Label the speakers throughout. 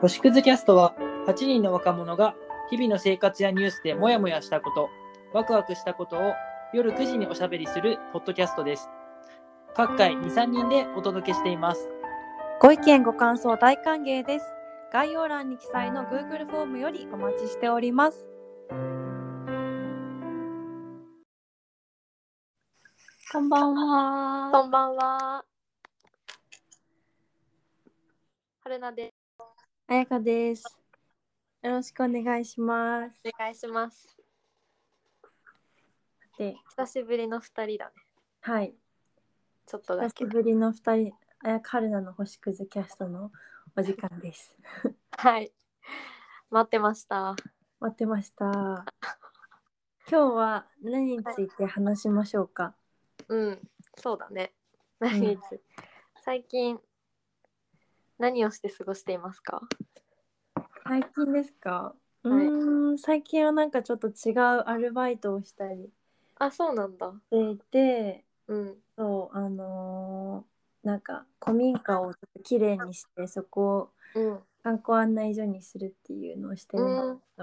Speaker 1: 星屑キャストは8人の若者が日々の生活やニュースでモヤモヤしたこと、ワクワクしたことを夜9時におしゃべりするポッドキャストです。各回2、3人でお届けしています。
Speaker 2: ご意見ご感想大歓迎です。概要欄に記載の Google フォームよりお待ちしております。こんばんは。
Speaker 3: こんばんは。春菜で
Speaker 2: あやかです。よろしくお願いします。
Speaker 3: お願いします。
Speaker 2: で、
Speaker 3: 久しぶりの二人だね。
Speaker 2: はい。
Speaker 3: ちょっとだ
Speaker 2: 久
Speaker 3: け
Speaker 2: し。ぶりの二人、あやかるなの星屑キャストのお時間です。
Speaker 3: はい。待ってました。
Speaker 2: 待ってました。今日は何について話しましょうか。
Speaker 3: うん。そうだね。
Speaker 2: ん
Speaker 3: 何日、最近何をして過ごしていますか？
Speaker 2: 最近ですか、う
Speaker 3: い
Speaker 2: ーん最近はなんかちょっと違うアルバイトをしたり
Speaker 3: あ、そうなんだ。
Speaker 2: していて
Speaker 3: うん。
Speaker 2: そうあのーなんか古民家をちょっと綺麗にしてそこを
Speaker 3: うん。
Speaker 2: 観光案内所にするっていうのをしてるん
Speaker 3: う
Speaker 2: で
Speaker 3: ん
Speaker 2: すけ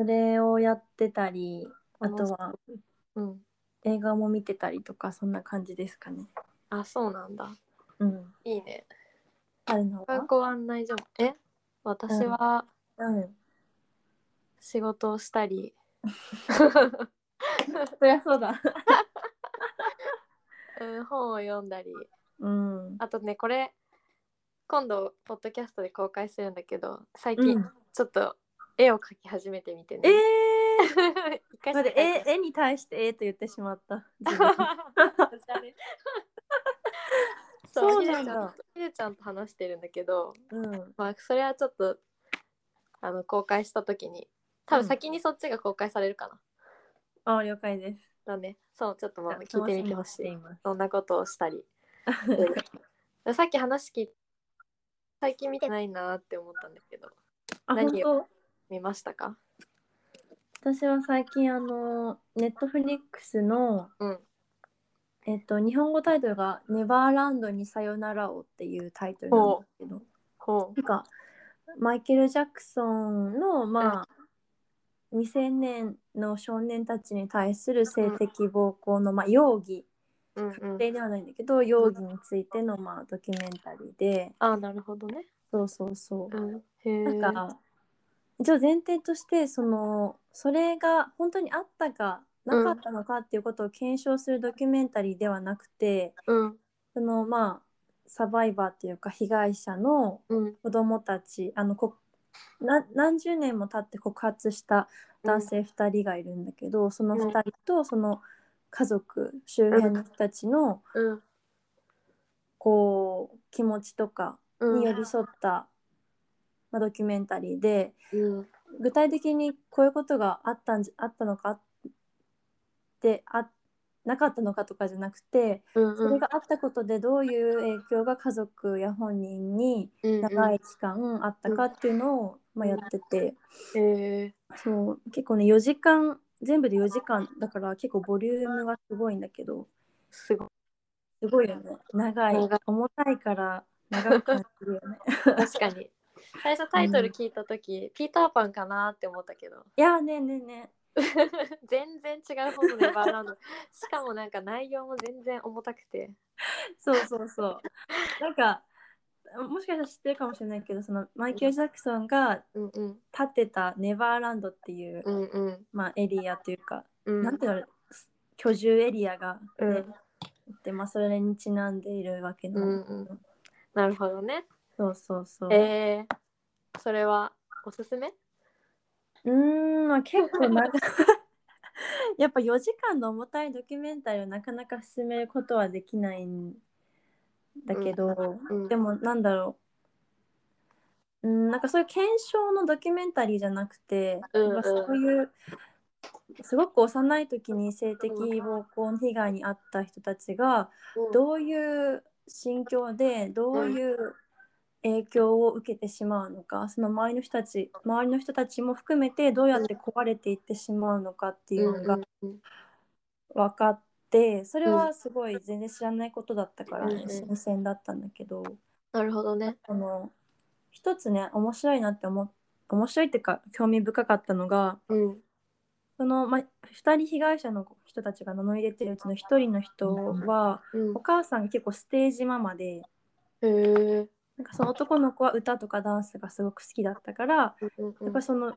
Speaker 2: ど、それをやってたりあ
Speaker 3: 楽
Speaker 2: と
Speaker 3: し
Speaker 2: は
Speaker 3: うん。
Speaker 2: 映画も見てたりとかそんな感じですかね。
Speaker 3: あ、そうなんだ。
Speaker 2: うん、
Speaker 3: いいね。
Speaker 2: あるの
Speaker 3: 観
Speaker 2: は、
Speaker 3: 光案内所も。え？私は
Speaker 2: うん、
Speaker 3: 仕事をしたり。
Speaker 2: そりゃそうだ。
Speaker 3: うん、本を読んだり。
Speaker 2: うん、
Speaker 3: あとねこれ今度ポッドキャストで公開するんだけど最
Speaker 2: う
Speaker 3: 近
Speaker 2: ん
Speaker 3: ちょっと絵を描き始めてみてね。
Speaker 2: えー、
Speaker 3: 一回し
Speaker 2: ま
Speaker 3: か
Speaker 2: で
Speaker 3: 描いてない
Speaker 2: 絵絵に対してえーと言ってしまった。
Speaker 3: おしゃれ そう
Speaker 2: そうな
Speaker 3: ひ
Speaker 2: ん
Speaker 3: でちゃん
Speaker 2: だ
Speaker 3: とひでちゃんと話してるんだけど、
Speaker 2: うん
Speaker 3: まあ、それはちょっとあの公開した時に多
Speaker 2: う
Speaker 3: 分
Speaker 2: ん
Speaker 3: 先にそっちが公開されるかな。
Speaker 2: あ、了解です。
Speaker 3: だねそうちょっとまあ
Speaker 2: じゃ
Speaker 3: 聞
Speaker 2: あ
Speaker 3: いてみてほしい
Speaker 2: 楽みに。ています
Speaker 3: そんなことをしたり。 うんさっき話聞い最近見てないなって思ったんだけど。
Speaker 2: あ、本
Speaker 3: 何
Speaker 2: 当。
Speaker 3: 見ましたか
Speaker 2: 私は最近あのネットフリックスの
Speaker 3: うん。
Speaker 2: えっと日本語タイトルがネバーランドにさよならをっていうタイトルなんですけど、
Speaker 3: ほ
Speaker 2: なんかマイケルジャクソンのまあ。未成年の少年たちに対する性的暴行の、まあ、容疑
Speaker 3: う。うんう
Speaker 2: 確
Speaker 3: ん、
Speaker 2: 定ではないんだけど、容疑についての、まあ、ドキュメンタリーで
Speaker 3: ああ、なるほどね。
Speaker 2: そうそうそう
Speaker 3: うん。へえ。
Speaker 2: なんか一応前提としてそのそれが本当にあったかなかったのかっていうことを検証するドキュメンタリーではなくて、
Speaker 3: うん。
Speaker 2: そのまあサバイバーっていうか被害者の
Speaker 3: うん。
Speaker 2: 子供たちあのこな何十年も経って告発した男性2人がいるんだけど、その2人とその家族周辺の人たちの
Speaker 3: うん。こ
Speaker 2: こう気持ちとか
Speaker 3: うん。
Speaker 2: に寄り添った、まあ、ドキュメンタリーで。
Speaker 3: うん。
Speaker 2: 具体的にこういうことがあったんじあったのかってあなかったのかとかじゃなくて
Speaker 3: うん。
Speaker 2: それがあったことでどういう影響が家族や本人に
Speaker 3: うん、
Speaker 2: 長い期間あったかっていうのを、まあ、やってて
Speaker 3: うん。へえ。
Speaker 2: そう結構ね4時間全部で4時間だから結構ボリュームがすごいんだけど
Speaker 3: すごい。
Speaker 2: すごいよね長い
Speaker 3: 長い
Speaker 2: 重たいから長く感じるよ ね
Speaker 3: 確かに。最初タイトル聞いたとき、ピーターパンかなって思ったけど、
Speaker 2: いやーねえねえね
Speaker 3: 全然違う方のネバーランド。 しかもなんか内容も全然重たくて。
Speaker 2: えそうそうそうなんかもしかしたら知ってるかもしれないけどそのマイケル・ジャクソンが
Speaker 3: うんうん。
Speaker 2: 建てたネバーランドっていう、
Speaker 3: うんうん。
Speaker 2: まあ、エリアというか、
Speaker 3: うん、
Speaker 2: なんていうのあれ居住エリアが、ね
Speaker 3: うん
Speaker 2: でまあ、それにちなんでいるわけなんだけど、
Speaker 3: うんうなるほどね。
Speaker 2: そうそうそう、
Speaker 3: えー、それはおすすめ
Speaker 2: うーん、まあ、結構長い やっぱ4時間の重たいドキュメンタリーをなかなか進めることはできないんだけど、
Speaker 3: うん
Speaker 2: でもなんだろううんなんかそういう検証のドキュメンタリーじゃなくて、
Speaker 3: うんうん
Speaker 2: やっぱそういうすごく幼い時に性的暴行の被害に遭った人たちがどういう心境でどういう影響を受けてしまうのかその周りの人たち周りの人たちも含めてどうやって壊れていってしまうのかっていうのが
Speaker 3: うん
Speaker 2: 分かってそれ
Speaker 3: う
Speaker 2: はすごい全然知らないことだったから
Speaker 3: うんう
Speaker 2: ね
Speaker 3: ん
Speaker 2: 新鮮だったんだけど
Speaker 3: なるほどね。
Speaker 2: その一つね面白いなって思っ面白いっていうか興味深かったのが
Speaker 3: うん
Speaker 2: その、ま、2人被害者の人たちが名乗り出てるうちの1人の人は、
Speaker 3: うん
Speaker 2: お母さんが結構ステージママで
Speaker 3: へえ
Speaker 2: なんかその男の子は歌とかダンスがすごく好きだったから
Speaker 3: うん
Speaker 2: やっぱりその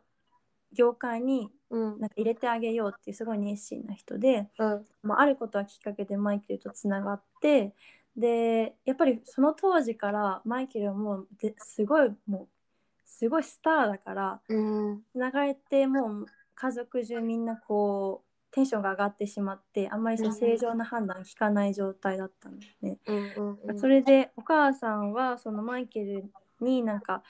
Speaker 2: 業界に
Speaker 3: うん
Speaker 2: なんか入れてあげようっていうすごい熱心な人で、
Speaker 3: うん
Speaker 2: まあ、あることはきっかけでマイケルとつながってでやっぱりその当時からマイケルはもうですごいもうすごいスターだから
Speaker 3: うん
Speaker 2: つながれてもう家族中みんなこうテンションが上がってしまってあんまりその正常な判断聞かない状態だったんだよね。
Speaker 3: うんうんうん
Speaker 2: それでお母さんはそのマイケルになんか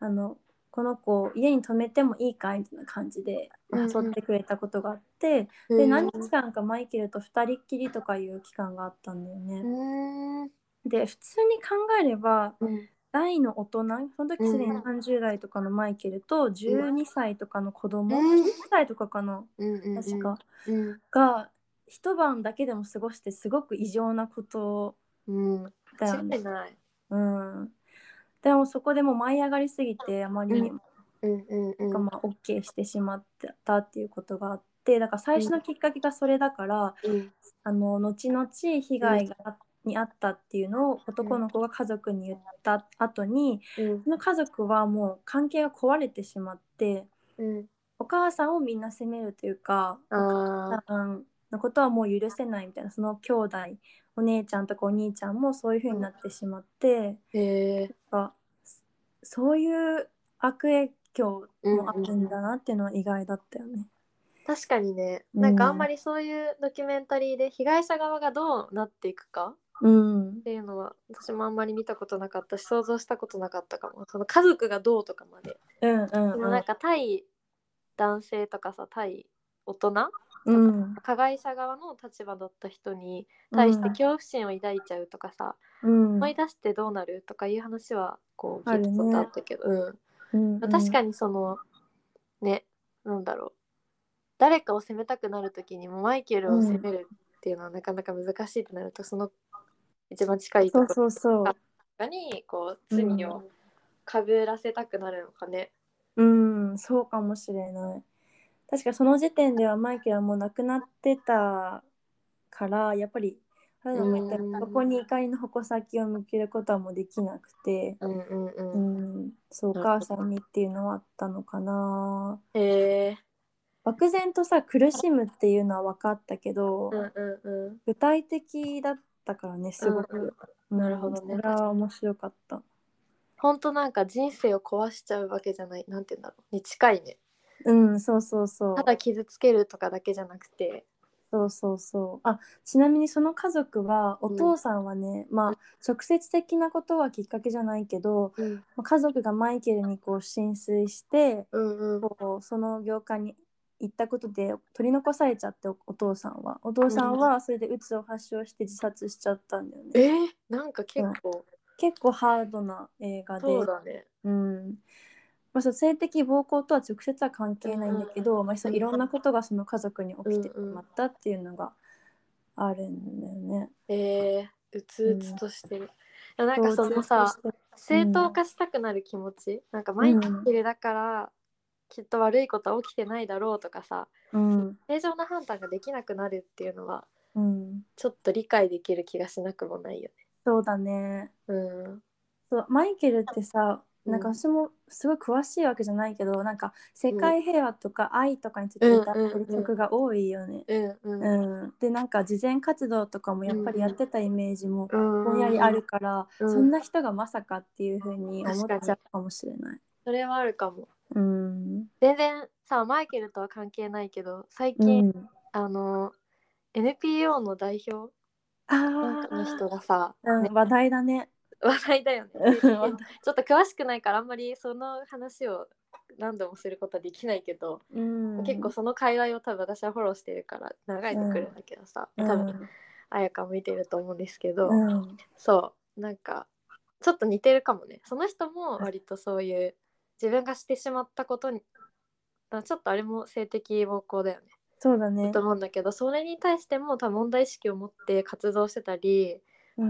Speaker 2: あのこの子を家に泊めてもいいかいみたいな感じで
Speaker 3: うんうん
Speaker 2: 誘ってくれたことがあって、
Speaker 3: へ
Speaker 2: で
Speaker 3: ー
Speaker 2: 何日間かマイケルと2人っきりとかいう期間があったんだよね。
Speaker 3: うん
Speaker 2: で普通に考えれば
Speaker 3: うん
Speaker 2: 大の大人その時すでに
Speaker 3: うん
Speaker 2: 30代とかのマイケルと12歳とかの子供、
Speaker 3: うん
Speaker 2: 12歳とかかな
Speaker 3: うんうん
Speaker 2: 確か、
Speaker 3: うん
Speaker 2: が一晩だけでも過ごしてすごく異常なこと
Speaker 3: うん
Speaker 2: だよ
Speaker 3: 間違
Speaker 2: ね
Speaker 3: い。ない
Speaker 2: うん、でもそこでもう舞い上がりすぎてあまりにも、
Speaker 3: うんうんうん
Speaker 2: まあ、OK してしまったっていうことがあってだから最初のきっかけがそれだから、
Speaker 3: うん
Speaker 2: あの後々被害が、にあったっていうのを男の子が家族に言った後に
Speaker 3: うん
Speaker 2: その家族はもう関係が壊れてしまって
Speaker 3: うん
Speaker 2: お母さんをみんな責めるというか
Speaker 3: あ
Speaker 2: さんのことはもう許せないみたいなその兄弟お姉ちゃんとかお兄ちゃんもそういう風になってしまって、
Speaker 3: ーへえ
Speaker 2: なんかそういう悪影響もあるんだなっていうのは意外だったよね。
Speaker 3: 確かにね
Speaker 2: うん
Speaker 3: なんかあんまりそういうドキュメンタリーで被害者側がどうなっていくか
Speaker 2: うん
Speaker 3: っていうのは私もあんまり見たことなかったし想像したことなかったかもその家族がどうとかまで
Speaker 2: うんうん
Speaker 3: で
Speaker 2: う
Speaker 3: もなん
Speaker 2: ん
Speaker 3: か対男性とかさ対大人
Speaker 2: うん
Speaker 3: 加害者側の立場だった人に対して恐怖心を抱いちゃうとかさ、
Speaker 2: うん
Speaker 3: 思い出してどうなるとかいう話はこう聞いたことあったけど、うん
Speaker 2: うん
Speaker 3: まあ確かにそのねなんだろう誰かを責めたくなる時にもマイケルを責めるっていうのはなかなか難しいってなると、その一番近い
Speaker 2: そ
Speaker 3: とこ
Speaker 2: うそうそう。
Speaker 3: ろにこう罪をかぶらせたくなるのかね。
Speaker 2: うん、そうかもしれない。確かその時点ではマイケルはもう亡くなってたから、やっぱり、原田も言ったように
Speaker 3: うん
Speaker 2: そこに怒りの矛先を向けることはもうできなくて、
Speaker 3: うんうんう
Speaker 2: うんん、そう、お母さんにっていうのはあったのかな。
Speaker 3: へえ
Speaker 2: 漠然とさ、苦しむっていうのは分かったけど
Speaker 3: う、んうんうん
Speaker 2: 具体的だったからね、すご
Speaker 3: うんうん
Speaker 2: く。
Speaker 3: なるほどね
Speaker 2: うんそれは面白かった。
Speaker 3: 本当なんか人生を壊しちゃうわけじゃないなんて言うんだろうに近いね
Speaker 2: うん、そうそうそう。
Speaker 3: ただ傷つけるとかだけじゃなくて
Speaker 2: そうそうそう。あ、ちなみにその家族はお父さんはね、まあ直接的なことはきっかけじゃないけど、
Speaker 3: うん
Speaker 2: まあ家族がマイケルにこう浸水して、
Speaker 3: うんうん
Speaker 2: こうその業界に行ったことで取り残されちゃっておお父さんは、お父さんはそれで鬱を発症して自殺しちゃったんだよ
Speaker 3: え
Speaker 2: ね。
Speaker 3: ー、なんか結構
Speaker 2: 結構ハードな映画で、
Speaker 3: そうだね
Speaker 2: うん。まあ、そう性的暴行とは直接は関係ないんだけど、まあ、そういろんなことがその家族に起きてしまったっていうのがあるんだよね。
Speaker 3: えー、うつうつとしてる、いやなんかその
Speaker 2: 共
Speaker 3: さ
Speaker 2: 通として
Speaker 3: 正当化したくなる気持ち、なんかマイケルだからきっと悪いことは起きてないだろうとかさ
Speaker 2: うん
Speaker 3: 正常な判断ができなくなるっていうのは
Speaker 2: うん、
Speaker 3: ちょっと理解できる気がしなくもないよ
Speaker 2: そうだね
Speaker 3: ねうん
Speaker 2: そうマイケルってさ
Speaker 3: うん
Speaker 2: なんか私もすごい詳しいわけじゃないけど、なんか世界平和とか愛とかについて歌ってる曲が多いよね。
Speaker 3: うんうん
Speaker 2: うんでなんか慈善活動とかもやっぱりやってたイメージも
Speaker 3: うん
Speaker 2: ぼんやりあるから、
Speaker 3: うん
Speaker 2: そんな人がまさかっていうふうに思っちゃうかもしれない。
Speaker 3: それはあるかも
Speaker 2: うん、
Speaker 3: 全然さマイケルとは関係ないけど最
Speaker 2: う
Speaker 3: 近、
Speaker 2: ん、
Speaker 3: あの NPO の代表
Speaker 2: あ
Speaker 3: なんかの人
Speaker 2: あ、
Speaker 3: がさ、
Speaker 2: うん、話題だね。
Speaker 3: 話題だよね
Speaker 2: うん
Speaker 3: ちょっと詳しくないからあんまりその話を何度もすることはできないけど、
Speaker 2: うん、
Speaker 3: 結構その界隈を多分私はフォローしてるから流れてくるんだけどさ、
Speaker 2: うん
Speaker 3: 多分あやか見てると思うんですけど、
Speaker 2: うん
Speaker 3: そうなんかちょっと似てるかもねその人も割とそういう自分がしてしまったことにあちょっとあれも性的暴行だよね
Speaker 2: そうだね
Speaker 3: と。思うんだけどそれに対しても多分問題意識を持って活動してたり、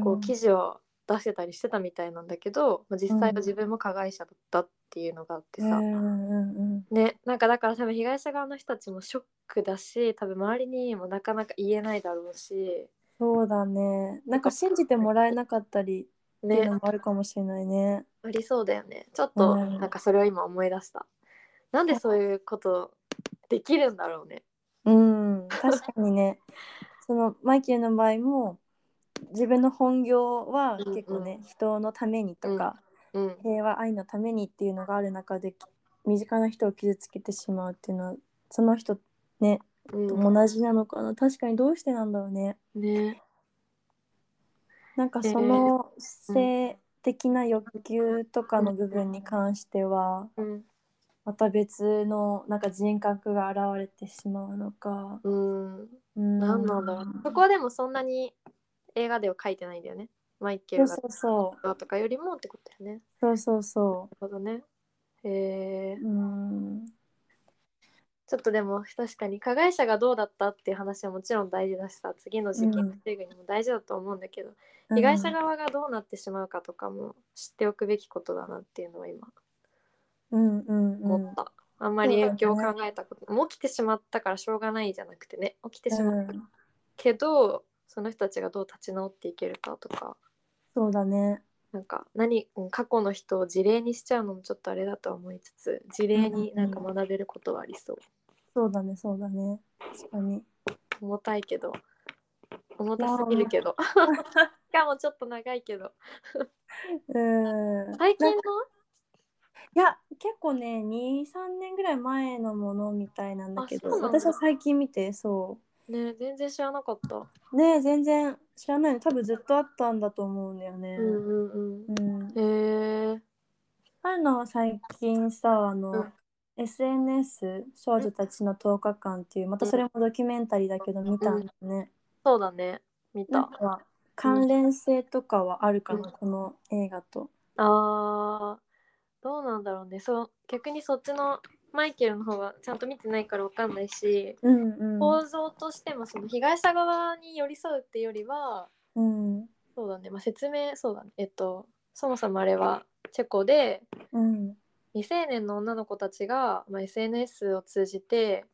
Speaker 3: こ
Speaker 2: うん
Speaker 3: う記事を出してたりしてたみたいなんだけど、まあ、実際は自分も加害者だったっていうのがあって
Speaker 2: うん
Speaker 3: さ、
Speaker 2: うんうん
Speaker 3: ねなんかだから多分被害者側の人たちもショックだし多分周りにもなかなか言えないだろうし
Speaker 2: そうだねなんか信じてもらえなかったりっていう
Speaker 3: ね
Speaker 2: のもあるかもしれないね
Speaker 3: ありそうだよねちょっと
Speaker 2: うん
Speaker 3: なんかそれを今思い出した、なんでそういうことできるんだろうね
Speaker 2: うん確かにねそのマイケルの場合も自分の本業は
Speaker 3: うんうん
Speaker 2: 結構ね、人のためにとか、
Speaker 3: うん
Speaker 2: 平和愛のためにっていうのがある中で身近な人を傷つけてしまうっていうのはその人ね
Speaker 3: うん
Speaker 2: と同じなのかな、確かにどうしてなんだろうね
Speaker 3: ね
Speaker 2: なんか
Speaker 3: えー
Speaker 2: その性的な欲求とかの部分に関しては
Speaker 3: うん
Speaker 2: また別のなんか人格が現れてしまうのか、
Speaker 3: うん
Speaker 2: うん、
Speaker 3: 何なんだろうそこはでもそんなに映画では書いてないんだよねマイケ
Speaker 2: そう
Speaker 3: ルが
Speaker 2: そうそう
Speaker 3: とかよりもってことだよね
Speaker 2: そうそうそ
Speaker 3: なるほどねへえ
Speaker 2: ううん
Speaker 3: ちょっとでも確かに加害者がどうだったっていう話はもちろん大事だしさ次の事件
Speaker 2: うん
Speaker 3: 防ぐにも大事だと思うんだけど、被害者側がどうなってしまうかとかも知っておくべきことだなっていうのは今
Speaker 2: うんうんう
Speaker 3: 思
Speaker 2: ん
Speaker 3: った、あんまり影響を考えたこと、もう起きてしまったからしょうがないじゃなくてね起きてしまった
Speaker 2: うん
Speaker 3: けど、その人たちがどう立ち直っていけるかとか
Speaker 2: そうだね
Speaker 3: なんか何うん過去の人を事例にしちゃうのもちょっとあれだとは思いつつ事例になんか学べることはありそう、
Speaker 2: そうだねそうだね確かに
Speaker 3: 重たいけど重たすぎるけど しかもちょっと長いけど
Speaker 2: うん
Speaker 3: 最近の
Speaker 2: いや結構ね23年ぐらい前のものみたいなんだけ
Speaker 3: あ
Speaker 2: ど
Speaker 3: そうなんだ
Speaker 2: 私は最近見てそ
Speaker 3: ね全然知らなかった、
Speaker 2: うね全然知らないの多分ずっとあったんだと思うんだよね
Speaker 3: うんうんう
Speaker 2: う
Speaker 3: ん
Speaker 2: ん
Speaker 3: へえ
Speaker 2: あるのは最近さあの、
Speaker 3: うん
Speaker 2: SNS 少女たちの10日間っていうまたそれもドキュメンタリーだけど見たんだよね、
Speaker 3: そうだね見
Speaker 2: な
Speaker 3: た
Speaker 2: んか関連性とかはあるかな、この映画と
Speaker 3: あーどうなんだろうねそう逆にそっちのマイケルの方はちゃんと見てないからわかんないし
Speaker 2: うんうん
Speaker 3: 構造としてもその被害者側に寄り添うっていうよりは
Speaker 2: うん
Speaker 3: そうだね、まあ、説明そうだねえっとそもそもあれはチェコで
Speaker 2: うん
Speaker 3: 未成年の女の子たちが、まあ、SNS を通じて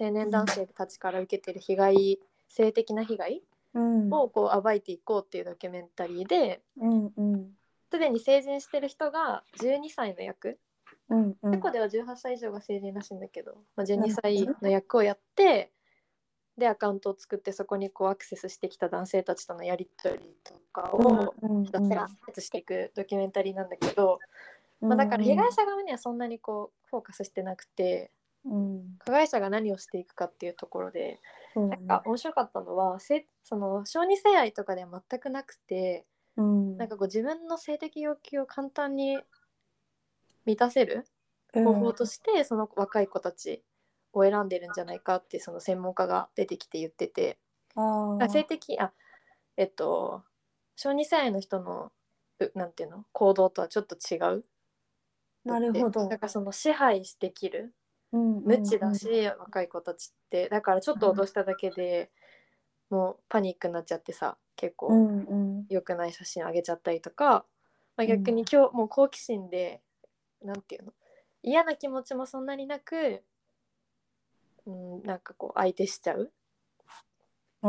Speaker 3: 青年男性たちから受けてる被害性的な被害
Speaker 2: うん
Speaker 3: をこう暴いていこうっていうドキュメンタリーで
Speaker 2: うんうん
Speaker 3: すでに成人してる人が12歳の役
Speaker 2: うんうん
Speaker 3: チェコでは18歳以上が成人らしいんだけど、まあ、12歳の役をやってでアカウントを作ってそこにこうアクセスしてきた男性たちとのやり取りとかを
Speaker 2: うん
Speaker 3: ひたすらしていくドキュメンタリーなんだけど、まあ、だから被害者側にはそんなにこうフォーカスしてなくて
Speaker 2: うん
Speaker 3: 加害者が何をしていくかっていうところで
Speaker 2: そうだ
Speaker 3: なん
Speaker 2: ね
Speaker 3: か面白かったのはせその小児性愛とかでは全くなくて
Speaker 2: うん
Speaker 3: なんかこう自分の性的要求を簡単に満たせる方法としてその若い子たちを選んでるんじゃないかってその専門家が出てきて言ってて
Speaker 2: うんあー
Speaker 3: 性的あえっと小児性愛の人のうなんていうの行動とはちょっと違う
Speaker 2: なるほど
Speaker 3: だからその支配できる無
Speaker 2: 無
Speaker 3: 知だし、若い子たちってだからちょっと脅しただけで、もうパニックになっちゃってさ結
Speaker 2: う
Speaker 3: 構
Speaker 2: んうん
Speaker 3: 良くない写真あげちゃったりとか、まあ、逆に今日、もう好奇心でなんていうの嫌な気持ちもそんなになく、うん、なんかこう相手しちゃう
Speaker 2: あー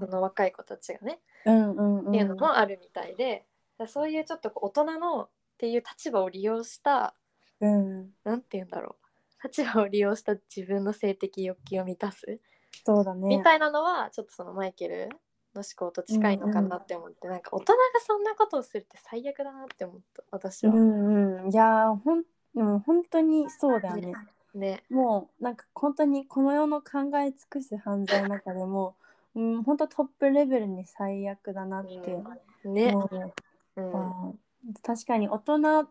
Speaker 3: その若い子たちがね、
Speaker 2: うんうんうん
Speaker 3: っていうのもあるみたいでだからそういうちょっとこう大人のっていう立場を利用した
Speaker 2: うん
Speaker 3: なんていうんだろう立場を利用した自分の性的欲求を満たす
Speaker 2: そうだね
Speaker 3: みたいなのはちょっとそのマイケルの思考と近いのかなって思って、なんか大人がそんなことをするって最悪だなって思った私は、
Speaker 2: うんうんいやーほんうん本当にそうだよね
Speaker 3: ね
Speaker 2: もうなんか本当にこの世の考え尽くす犯罪の中でも うん本当トップレベルに最悪だなって
Speaker 3: ね、
Speaker 2: 思う
Speaker 3: うん
Speaker 2: あー確かに大人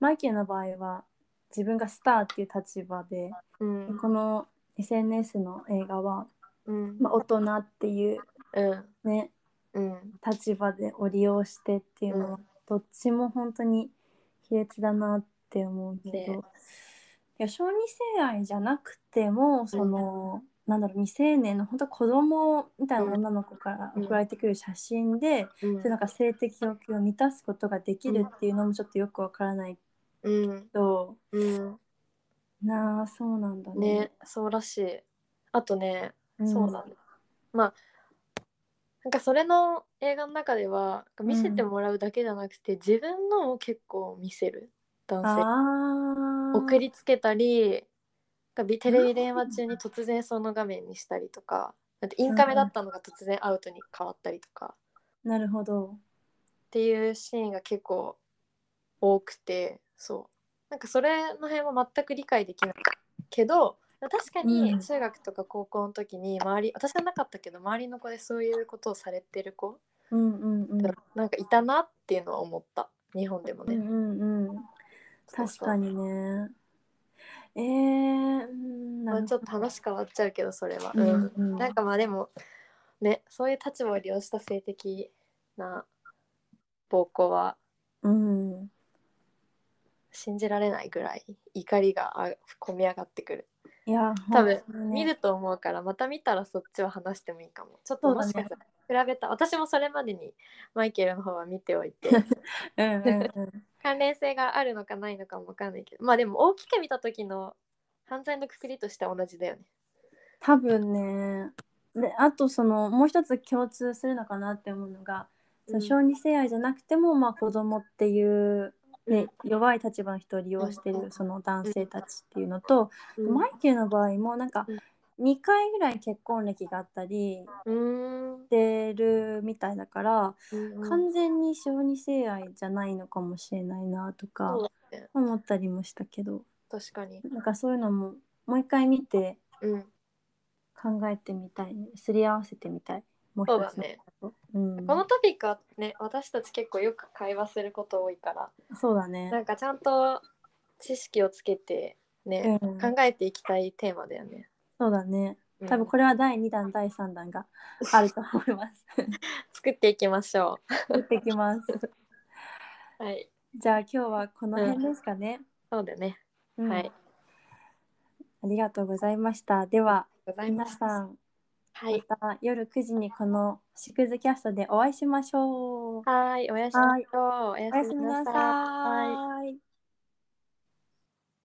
Speaker 2: マイケルの場合は自分がスターっていう立場で、
Speaker 3: うん
Speaker 2: この SNS の映画は、
Speaker 3: うん
Speaker 2: まあ、大人っていう、
Speaker 3: うん
Speaker 2: ね、
Speaker 3: うん
Speaker 2: 立場でを利用してっていうのは、
Speaker 3: う
Speaker 2: どっちも本当に卑劣だなって思うけど、
Speaker 3: ね
Speaker 2: いや小児性愛じゃなくてもその、うなんだろう未成年の本当子供みたいな女の子から
Speaker 3: うん
Speaker 2: 送られてくる写真で、
Speaker 3: うん
Speaker 2: そうなんか性的欲求を満たすことができるっていうのもちょっとよくわからない
Speaker 3: うん
Speaker 2: けど、
Speaker 3: うん
Speaker 2: なあそうなんだね。
Speaker 3: ねそうらしいあとね、
Speaker 2: ん
Speaker 3: そうだねまあなんかそれの映画の中では見せてもらうだけじゃなくて、自分のを結構見せる男
Speaker 2: あ
Speaker 3: 性
Speaker 2: あ
Speaker 3: 送りつけたりなんかビテレビ電話中に突然その画面にしたりとかだってインカメだったのが突然アウトに変わったりとか
Speaker 2: なるほど。
Speaker 3: っていうシーンが結構多くてそうなんかそれの辺も全く理解できないけど確か
Speaker 2: う
Speaker 3: に
Speaker 2: ん
Speaker 3: 中学とか高校の時に周り、私はなかったけど周りの子でそういうことをされてる子、
Speaker 2: うんうんうん。
Speaker 3: なんかいたなっていうのは思った日本でも
Speaker 2: う
Speaker 3: ね、
Speaker 2: んうんうん。
Speaker 3: そう
Speaker 2: 確
Speaker 3: そう
Speaker 2: かにね。えー、うん
Speaker 3: まあ、ちょっと
Speaker 2: し
Speaker 3: 話変わっちゃうけどそれは、
Speaker 2: うん
Speaker 3: うん
Speaker 2: うん
Speaker 3: なんかまあでもねそういう立場を利用した性的な暴行は
Speaker 2: うん。
Speaker 3: 信じられないぐらい怒りがあ込み上がってくる
Speaker 2: いや、
Speaker 3: 多分
Speaker 2: ほんとね
Speaker 3: 見ると思うからまた見たらそっちは話してもいいかもちょ
Speaker 2: そ
Speaker 3: っと
Speaker 2: うだ
Speaker 3: も
Speaker 2: ね
Speaker 3: しかしたら比べた、私もそれまでにマイケルの方は見ておい て
Speaker 2: うんうん うん。
Speaker 3: 関連性があるのかないのかもわかんないけどまあでも大きく見た時の犯罪のくくりとしては同じだよね
Speaker 2: 多分ね。で、あとその、もう一つ共通するのかなって思うのが、その小児性愛じゃなくても、まあ子供っていう、ね、弱い立場の人を利用してるその男性たちっていうのと、
Speaker 3: うん
Speaker 2: マイケルの場合もなんか
Speaker 3: うん
Speaker 2: 2回ぐらい結婚歴があったり
Speaker 3: うーん
Speaker 2: してるみたいだから、
Speaker 3: うん
Speaker 2: 完全に小児性愛じゃないのかもしれないなとか
Speaker 3: そうだね
Speaker 2: 思ったりもしたけど
Speaker 3: 確かに
Speaker 2: なんかそういうのももう一回見て
Speaker 3: うん
Speaker 2: 考えてみたいねすり合わせてみたいもう一つのことうん
Speaker 3: このトピックはね私たち結構よく会話すること多いから
Speaker 2: そうだね
Speaker 3: なんかちゃんと知識をつけてね、
Speaker 2: うん
Speaker 3: 考えていきたいテーマだよね、
Speaker 2: そうだね
Speaker 3: うん
Speaker 2: 多分これは第2弾第3弾 があると思います
Speaker 3: 作っていきましょ
Speaker 2: 行ってきます
Speaker 3: うはい
Speaker 2: じゃあ今日はこの辺ですかね、
Speaker 3: そうだね
Speaker 2: うん
Speaker 3: はい
Speaker 2: ありがとうございました。では、
Speaker 3: ございま
Speaker 2: 皆
Speaker 3: す
Speaker 2: さん、
Speaker 3: はい
Speaker 2: また夜9時にこのシクズキャストでお会いしましょう。
Speaker 3: はいおやすみなさいおや
Speaker 2: おやすみなさ
Speaker 3: はい
Speaker 2: い。